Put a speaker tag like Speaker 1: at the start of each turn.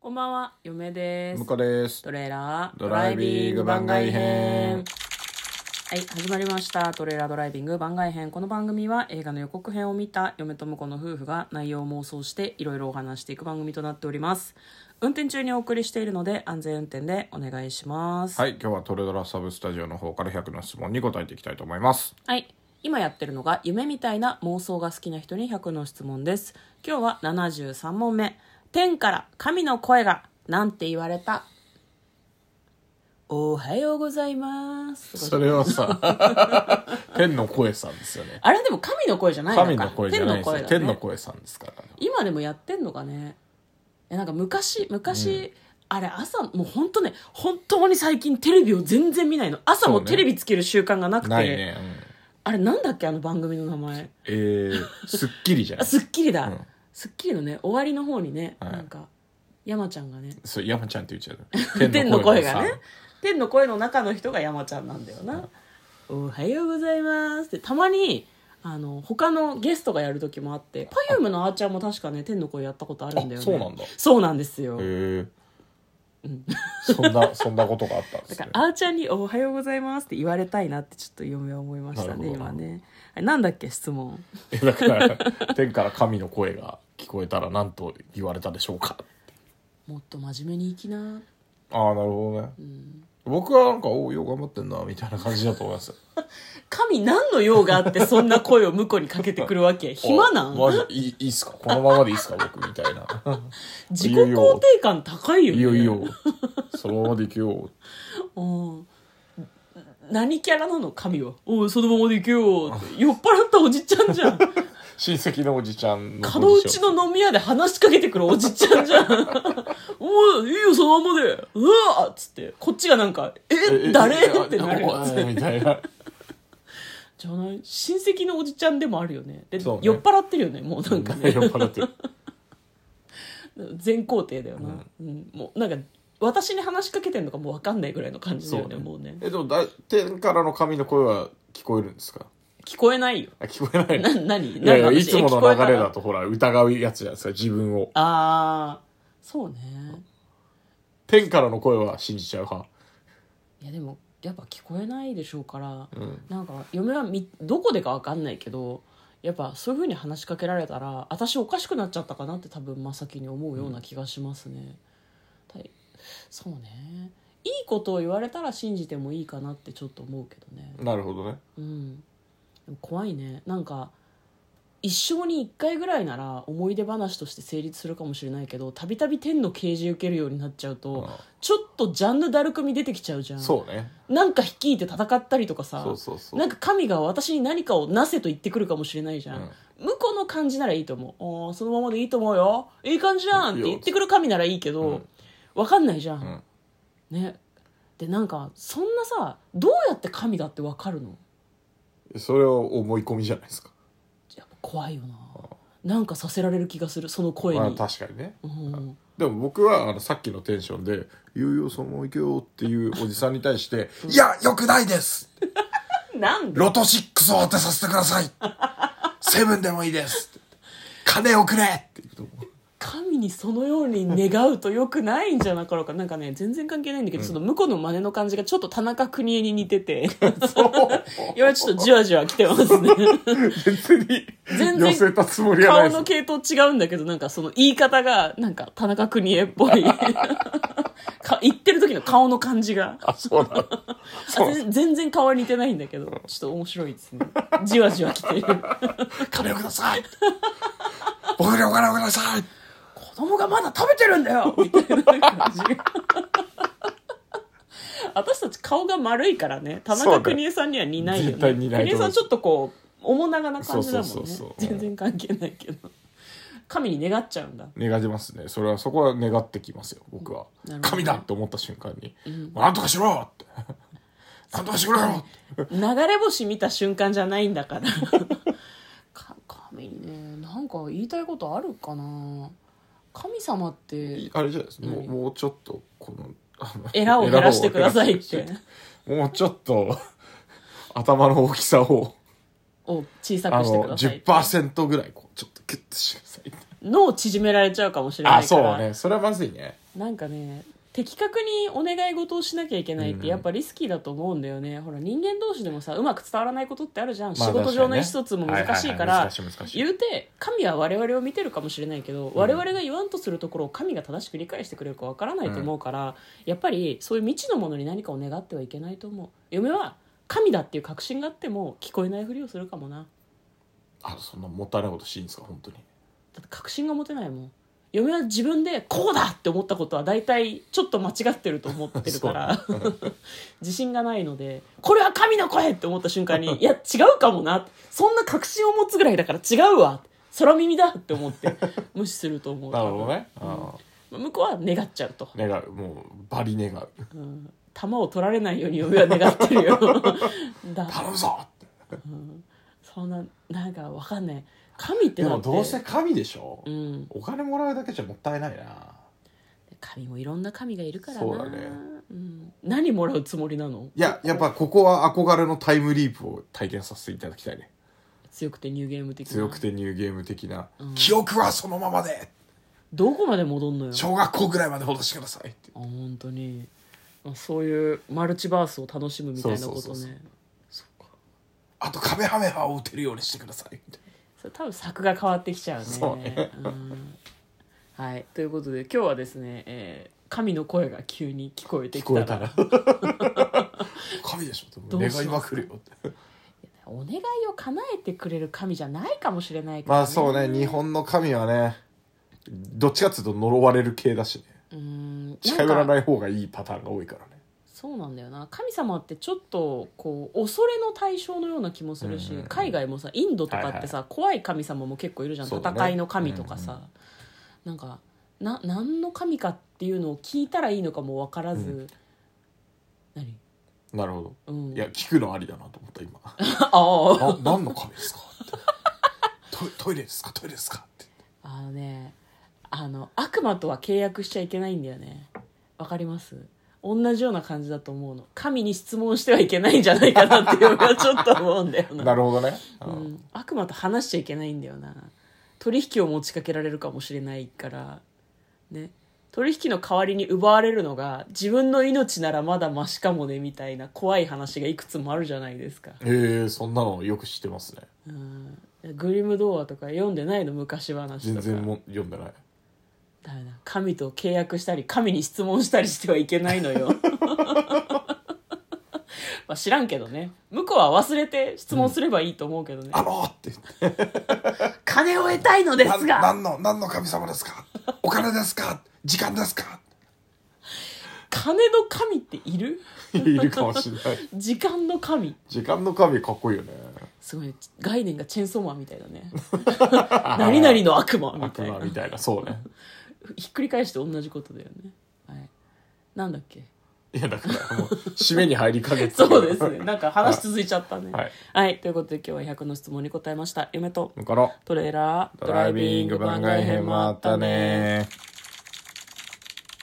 Speaker 1: こんばんは、嫁です。
Speaker 2: 向こうです。
Speaker 1: トレーラード
Speaker 2: ドライビング番外編
Speaker 1: はい、始まりました。トレーラードライビング番外編。この番組は映画の予告編を見た嫁と婿の夫婦が内容を妄想していろいろお話していく番組となっております。運転中にお送りしているので安全運転でお願いします。
Speaker 2: はい、今日はトレドラサブスタジオの方から100の質問に答えていきたいと思います。
Speaker 1: はい。今やってるのが夢みたいな妄想が好きな人に100の質問です。今日は73問目。天から神の声がなんて言われたおはようございます。
Speaker 2: それはさ、 天の声さんですよね。
Speaker 1: あれでも神の声じゃないのか。
Speaker 2: 神の声じゃないですよ。天
Speaker 1: 天の声だ
Speaker 2: の
Speaker 1: ね。
Speaker 2: 声さんですからね。
Speaker 1: 今でもやってんのかね。えなんか昔、昔、あれ朝、もう本当ね、本当に最近テレビを全然見ないの。朝も
Speaker 2: そうね
Speaker 1: テレビつける習慣がなくて。
Speaker 2: ないね。うん
Speaker 1: あれなんだっけあの番組の名前。
Speaker 2: えー、スッキリじゃな
Speaker 1: あ、
Speaker 2: い
Speaker 1: スッキリだ。
Speaker 2: うん
Speaker 1: スッキリのね、終わりの方にね、
Speaker 2: はい
Speaker 1: なんか、山ちゃんがね、
Speaker 2: そう、山ちゃんって言っちゃう。
Speaker 1: 天の声が
Speaker 2: さん
Speaker 1: ね、天の声の中の人が山ちゃんなんだよな。おはようございますって、たまに、あの、他のゲストがやる時もあって、パユームのあーちゃんも確かね、天の声やったことあるんだよね。
Speaker 2: あそうなんだ
Speaker 1: そうなんですよ。
Speaker 2: えー、そんな、そんなことがあったんで
Speaker 1: だ
Speaker 2: す
Speaker 1: から
Speaker 2: ね、。
Speaker 1: あーちゃんにおはようございますって言われたいなって、ちょっと嫁は思いました
Speaker 2: なる
Speaker 1: ね、
Speaker 2: ほど
Speaker 1: 今ね。あれなんだっけ、質問。
Speaker 2: えだから、天から神の声が聞こえたら何と言われたでしょうか。
Speaker 1: もっと真面目に生きな。
Speaker 2: ああ、なるほどね。僕はなんか、おお、よう頑張ってんな、みたいな感じだと思いますよ。
Speaker 1: 神何の用があってそんな声を向こうにかけてくるわ け暇な
Speaker 2: マ
Speaker 1: ん
Speaker 2: ジいいいいっすかこのままでいいっすか僕みたいな
Speaker 1: 自己肯定感高いよ
Speaker 2: い
Speaker 1: ね
Speaker 2: いよいいよそのままでいくよ
Speaker 1: うん何キャラなの神は「おうそのままで行けよ」って酔っ払ったおじちゃんじゃ ん
Speaker 2: 親戚のおじちゃんの
Speaker 1: 角打ちの飲み屋で話しかけてくるおじちゃんじ ゃん「おういいよそのままでうわ!」っつってこっちがなんか「え誰?」ってなるやつ
Speaker 2: ええみたいな
Speaker 1: じゃない親戚のおじちゃんでもあるよねで
Speaker 2: そうね
Speaker 1: 酔っ払ってるよねもうなんかね
Speaker 2: 酔っ払ってる
Speaker 1: 全肯定だよな、うんもうなんか私に話しかけてんのかもう分かんないぐらいの感じだよね
Speaker 2: そうね
Speaker 1: もうね
Speaker 2: えでもだ天からの神の声は聞こえるんですか
Speaker 1: 聞こえないよ
Speaker 2: あ聞こえない
Speaker 1: な何
Speaker 2: いやい
Speaker 1: 何
Speaker 2: や
Speaker 1: の話
Speaker 2: いつもの
Speaker 1: 聞こえた
Speaker 2: 流
Speaker 1: ら
Speaker 2: れだとほら疑うやつじゃないですか自分を
Speaker 1: ああそうね
Speaker 2: 天からの声は信じちゃう派
Speaker 1: いやでもやっぱ聞こえないでしょうから、
Speaker 2: ん
Speaker 1: なんか嫁はみどこでか分かんないけどやっぱそういうふうに話しかけられたら私おかしくなっちゃったかなって多分真っ先に思うような気がしますね、たいそうねいいことを言われたら信じてもいいかなってちょっと思うけどね、
Speaker 2: なるほどね
Speaker 1: うん、でも怖いねなんか一生に一回ぐらいなら思い出話として成立するかもしれないけどたびたび天の啓示受けるようになっちゃうと
Speaker 2: あ
Speaker 1: ちょっとジャンヌ・ダルクみ出てきちゃうじゃん
Speaker 2: そうね
Speaker 1: なんか率いて戦ったりとかさ
Speaker 2: そうそうそう
Speaker 1: なんか神が私に何かをなせと言ってくるかもしれないじゃん、向こうの感じならいいと思うおーそのままでいいと思うよいい感じじゃんって言ってくる神ならいいけど、わかんないじゃ、
Speaker 2: うんん
Speaker 1: ねでなんかそんなさどうやって神だってわかるの
Speaker 2: それは思い込みじゃないです か
Speaker 1: やっぱ怖いよななんかさせられる気がするその声に、
Speaker 2: まあ確かにね
Speaker 1: うん
Speaker 2: でも僕はあのさっきのテンションで「いよいよそのまま行けよ」っていうおじさんに対して「いやよくないです
Speaker 1: なんで
Speaker 2: ロト6を当てさせてくださいセブンでもいいです金をくれ!」って言うと思う
Speaker 1: 神にそのように願うとよくないんじゃなかろうかなんかね全然関係ないんだけど、その向こうの真似の感じがちょっと田中邦衛に似て ていやちょっとじわじわ来てますね
Speaker 2: 別に
Speaker 1: 全然
Speaker 2: 寄せたつもりはな
Speaker 1: 顔
Speaker 2: いで
Speaker 1: の
Speaker 2: す
Speaker 1: 系統違うんだけどなんかその言い方がなんか田中邦衛っぽ いか言ってる時の顔の感じが
Speaker 2: あそうなのそう
Speaker 1: あぜん全然顔は似てないんだけどちょっと面白いですねじわじわ来てる
Speaker 2: 金をください僕にお金をください
Speaker 1: 子供がまだ食べてるんだ よみたいな感じが私たち顔が丸いからね田
Speaker 2: そうだ
Speaker 1: 中
Speaker 2: よ
Speaker 1: 邦衛さんには似ないよね
Speaker 2: 絶対似な
Speaker 1: 邦
Speaker 2: いと
Speaker 1: 衛
Speaker 2: 思
Speaker 1: さ
Speaker 2: うん
Speaker 1: ちょっとこう面長な感じだもんね
Speaker 2: そうそうそうそう
Speaker 1: 全然関係ないけど神に願っちゃうんだ
Speaker 2: 願いますねそれはそこは願ってきますよ僕は
Speaker 1: なるほど
Speaker 2: 神だって思った瞬間に「なんとかしろ!」って「なんとかしてくれよ!」
Speaker 1: 流れ星見た瞬間じゃないんだ からか神にねなんか言いたいことあるかな神様って
Speaker 2: あれじゃないですかもうもうちょっとこのあの
Speaker 1: エラを減らしてくださいっ
Speaker 2: エラを
Speaker 1: て
Speaker 2: 減らしてもうちょっと頭の大きさを
Speaker 1: を小さ
Speaker 2: あ
Speaker 1: くしてく
Speaker 2: の
Speaker 1: ださいって
Speaker 2: 10%ぐらいこうちょっとキュッとしてくださいって
Speaker 1: 脳縮められちゃうかもしれな
Speaker 2: あ、
Speaker 1: いか
Speaker 2: そう
Speaker 1: ら、
Speaker 2: ね。それはまずいね。
Speaker 1: なんかね的確にお願い事をしなきゃいけないっ
Speaker 2: うんう
Speaker 1: て
Speaker 2: ん
Speaker 1: やっぱリスキーだと思うんだよね、ほら人間同士でもさうまく伝わらないことってあるじゃん、
Speaker 2: まあ
Speaker 1: 仕事上の意思
Speaker 2: 確か
Speaker 1: 疎
Speaker 2: にね
Speaker 1: 通も難しいか
Speaker 2: ははは
Speaker 1: ら
Speaker 2: 難しい難しい。
Speaker 1: 言うて神は我々を見てるかもしれないけど、我々が言わんとするところを神が正しく理解してくれるかわからないと思うから、やっぱりそういう未知のものに何かを願ってはいけないと思う嫁は神だっていう確信があっても聞こえないふりをするかもな
Speaker 2: あ、そんなもったいないことしていいんですか、本当に。
Speaker 1: だって確信が持てないもん嫁は自分でこうだって思ったことは大体ちょっと間違ってると思ってるから 自信がないのでこれは神の声って思った瞬間 にいや違うかもなそんな確信を持つぐらいだから違うわ空耳だって思 って無視すると思う
Speaker 2: なるほどね。
Speaker 1: 多分
Speaker 2: あ
Speaker 1: うん向こうは願っちゃうと、
Speaker 2: 願う。もう、バリ願う。
Speaker 1: うん、弾を取られないように嫁は願ってるよ だ
Speaker 2: 頼むぞって。
Speaker 1: そんななんかわかんない神って
Speaker 2: で
Speaker 1: だっ
Speaker 2: も
Speaker 1: て
Speaker 2: どうせ神でしょ、
Speaker 1: うん
Speaker 2: お金もらうだけじゃもったいないな
Speaker 1: 神もいろんな神がいるからな
Speaker 2: そうだね
Speaker 1: うん、何もらうつもりなの
Speaker 2: いややっぱここは憧れのタイムリープを体験させていただきたいね
Speaker 1: 強くてニューゲーム的な
Speaker 2: 強くてニューゲーム的な、
Speaker 1: うん
Speaker 2: 記憶はそのままで
Speaker 1: どこまで戻んのよ
Speaker 2: 小学校ぐらいまで戻してくださいって
Speaker 1: あ本当にあそういうマルチバースを楽しむみたいなことね
Speaker 2: そうそうそうそうあとカメハメハを打てるようにしてくださいみたい
Speaker 1: それ多分作が変わってきちゃうね
Speaker 2: そうね
Speaker 1: んはいということで今日はですね、えー神の声が急に聞こえて
Speaker 2: な聞
Speaker 1: きた
Speaker 2: こ
Speaker 1: ら
Speaker 2: えたら神でしょって
Speaker 1: どうします
Speaker 2: 願いまくるよって
Speaker 1: お願いを叶えてくれる神じゃないかもしれないから、
Speaker 2: まあそうね日本の神はねどっちかっていうと呪われる系だしね
Speaker 1: うんなんか
Speaker 2: 近寄らない方がいいパターンが多いからね
Speaker 1: そうなんだよな神様ってちょっとこう恐れの対象のような気もするし、
Speaker 2: うんうんうん
Speaker 1: 海外もさインドとかってさ、怖い神様も結構いるじゃん、
Speaker 2: そうだね
Speaker 1: 戦いの神とかさ、
Speaker 2: うんう
Speaker 1: なんかな何の神かっていうのを聞いたらいいのかも分からず、
Speaker 2: うん
Speaker 1: 何
Speaker 2: なるほ
Speaker 1: う
Speaker 2: ど
Speaker 1: ん
Speaker 2: いや聞くのありだなと思った今
Speaker 1: ああ
Speaker 2: な何の神ですかってトイトイレですかトイレですかって
Speaker 1: あのねあの悪魔とは契約しちゃいけないんだよねわかります同じような感じだと思うの神に質問してはいけないんじゃないかなっていうのはちょっと思うんだよな
Speaker 2: なるほどね、う
Speaker 1: うんん、悪魔と話しちゃいけないんだよな取引を持ちかけられるかもしれないからね取引の代わりに奪われるのが自分の命ならまだマシかもねみたいな怖い話がいくつもあるじゃないですか、
Speaker 2: へえそんなのよく知ってますね
Speaker 1: うん、グリム童話とか読んでないの昔話と
Speaker 2: 全
Speaker 1: か
Speaker 2: 然も読んでない
Speaker 1: ダメだ神と契約したり神に質問したりしてはいけないのよ まあ知らんけどね向こうは忘れて質問すればいいと思うけどね
Speaker 2: 「あの!」って言って
Speaker 1: 金を得たいので
Speaker 2: な
Speaker 1: すが
Speaker 2: 何の何の神様ですかお金ですか時間ですか?
Speaker 1: 金の神っている」
Speaker 2: いるかもしれない
Speaker 1: 時間の神
Speaker 2: 時間の神かっこいいよね
Speaker 1: すごい概念がチェンソーマンみたいだ ね何々の悪魔み
Speaker 2: 悪
Speaker 1: たいな
Speaker 2: 魔みたいなそうね
Speaker 1: ひっくり返して同じことだよね、はい、なんだっけ
Speaker 2: いやだからもう締めに入りかけ て
Speaker 1: そうですねなんか話続いちゃったね
Speaker 2: はい、
Speaker 1: はい、ということで今日は100の質問に答えました夢と
Speaker 2: だから
Speaker 1: トレーラー
Speaker 2: ドライビング番外編もあったね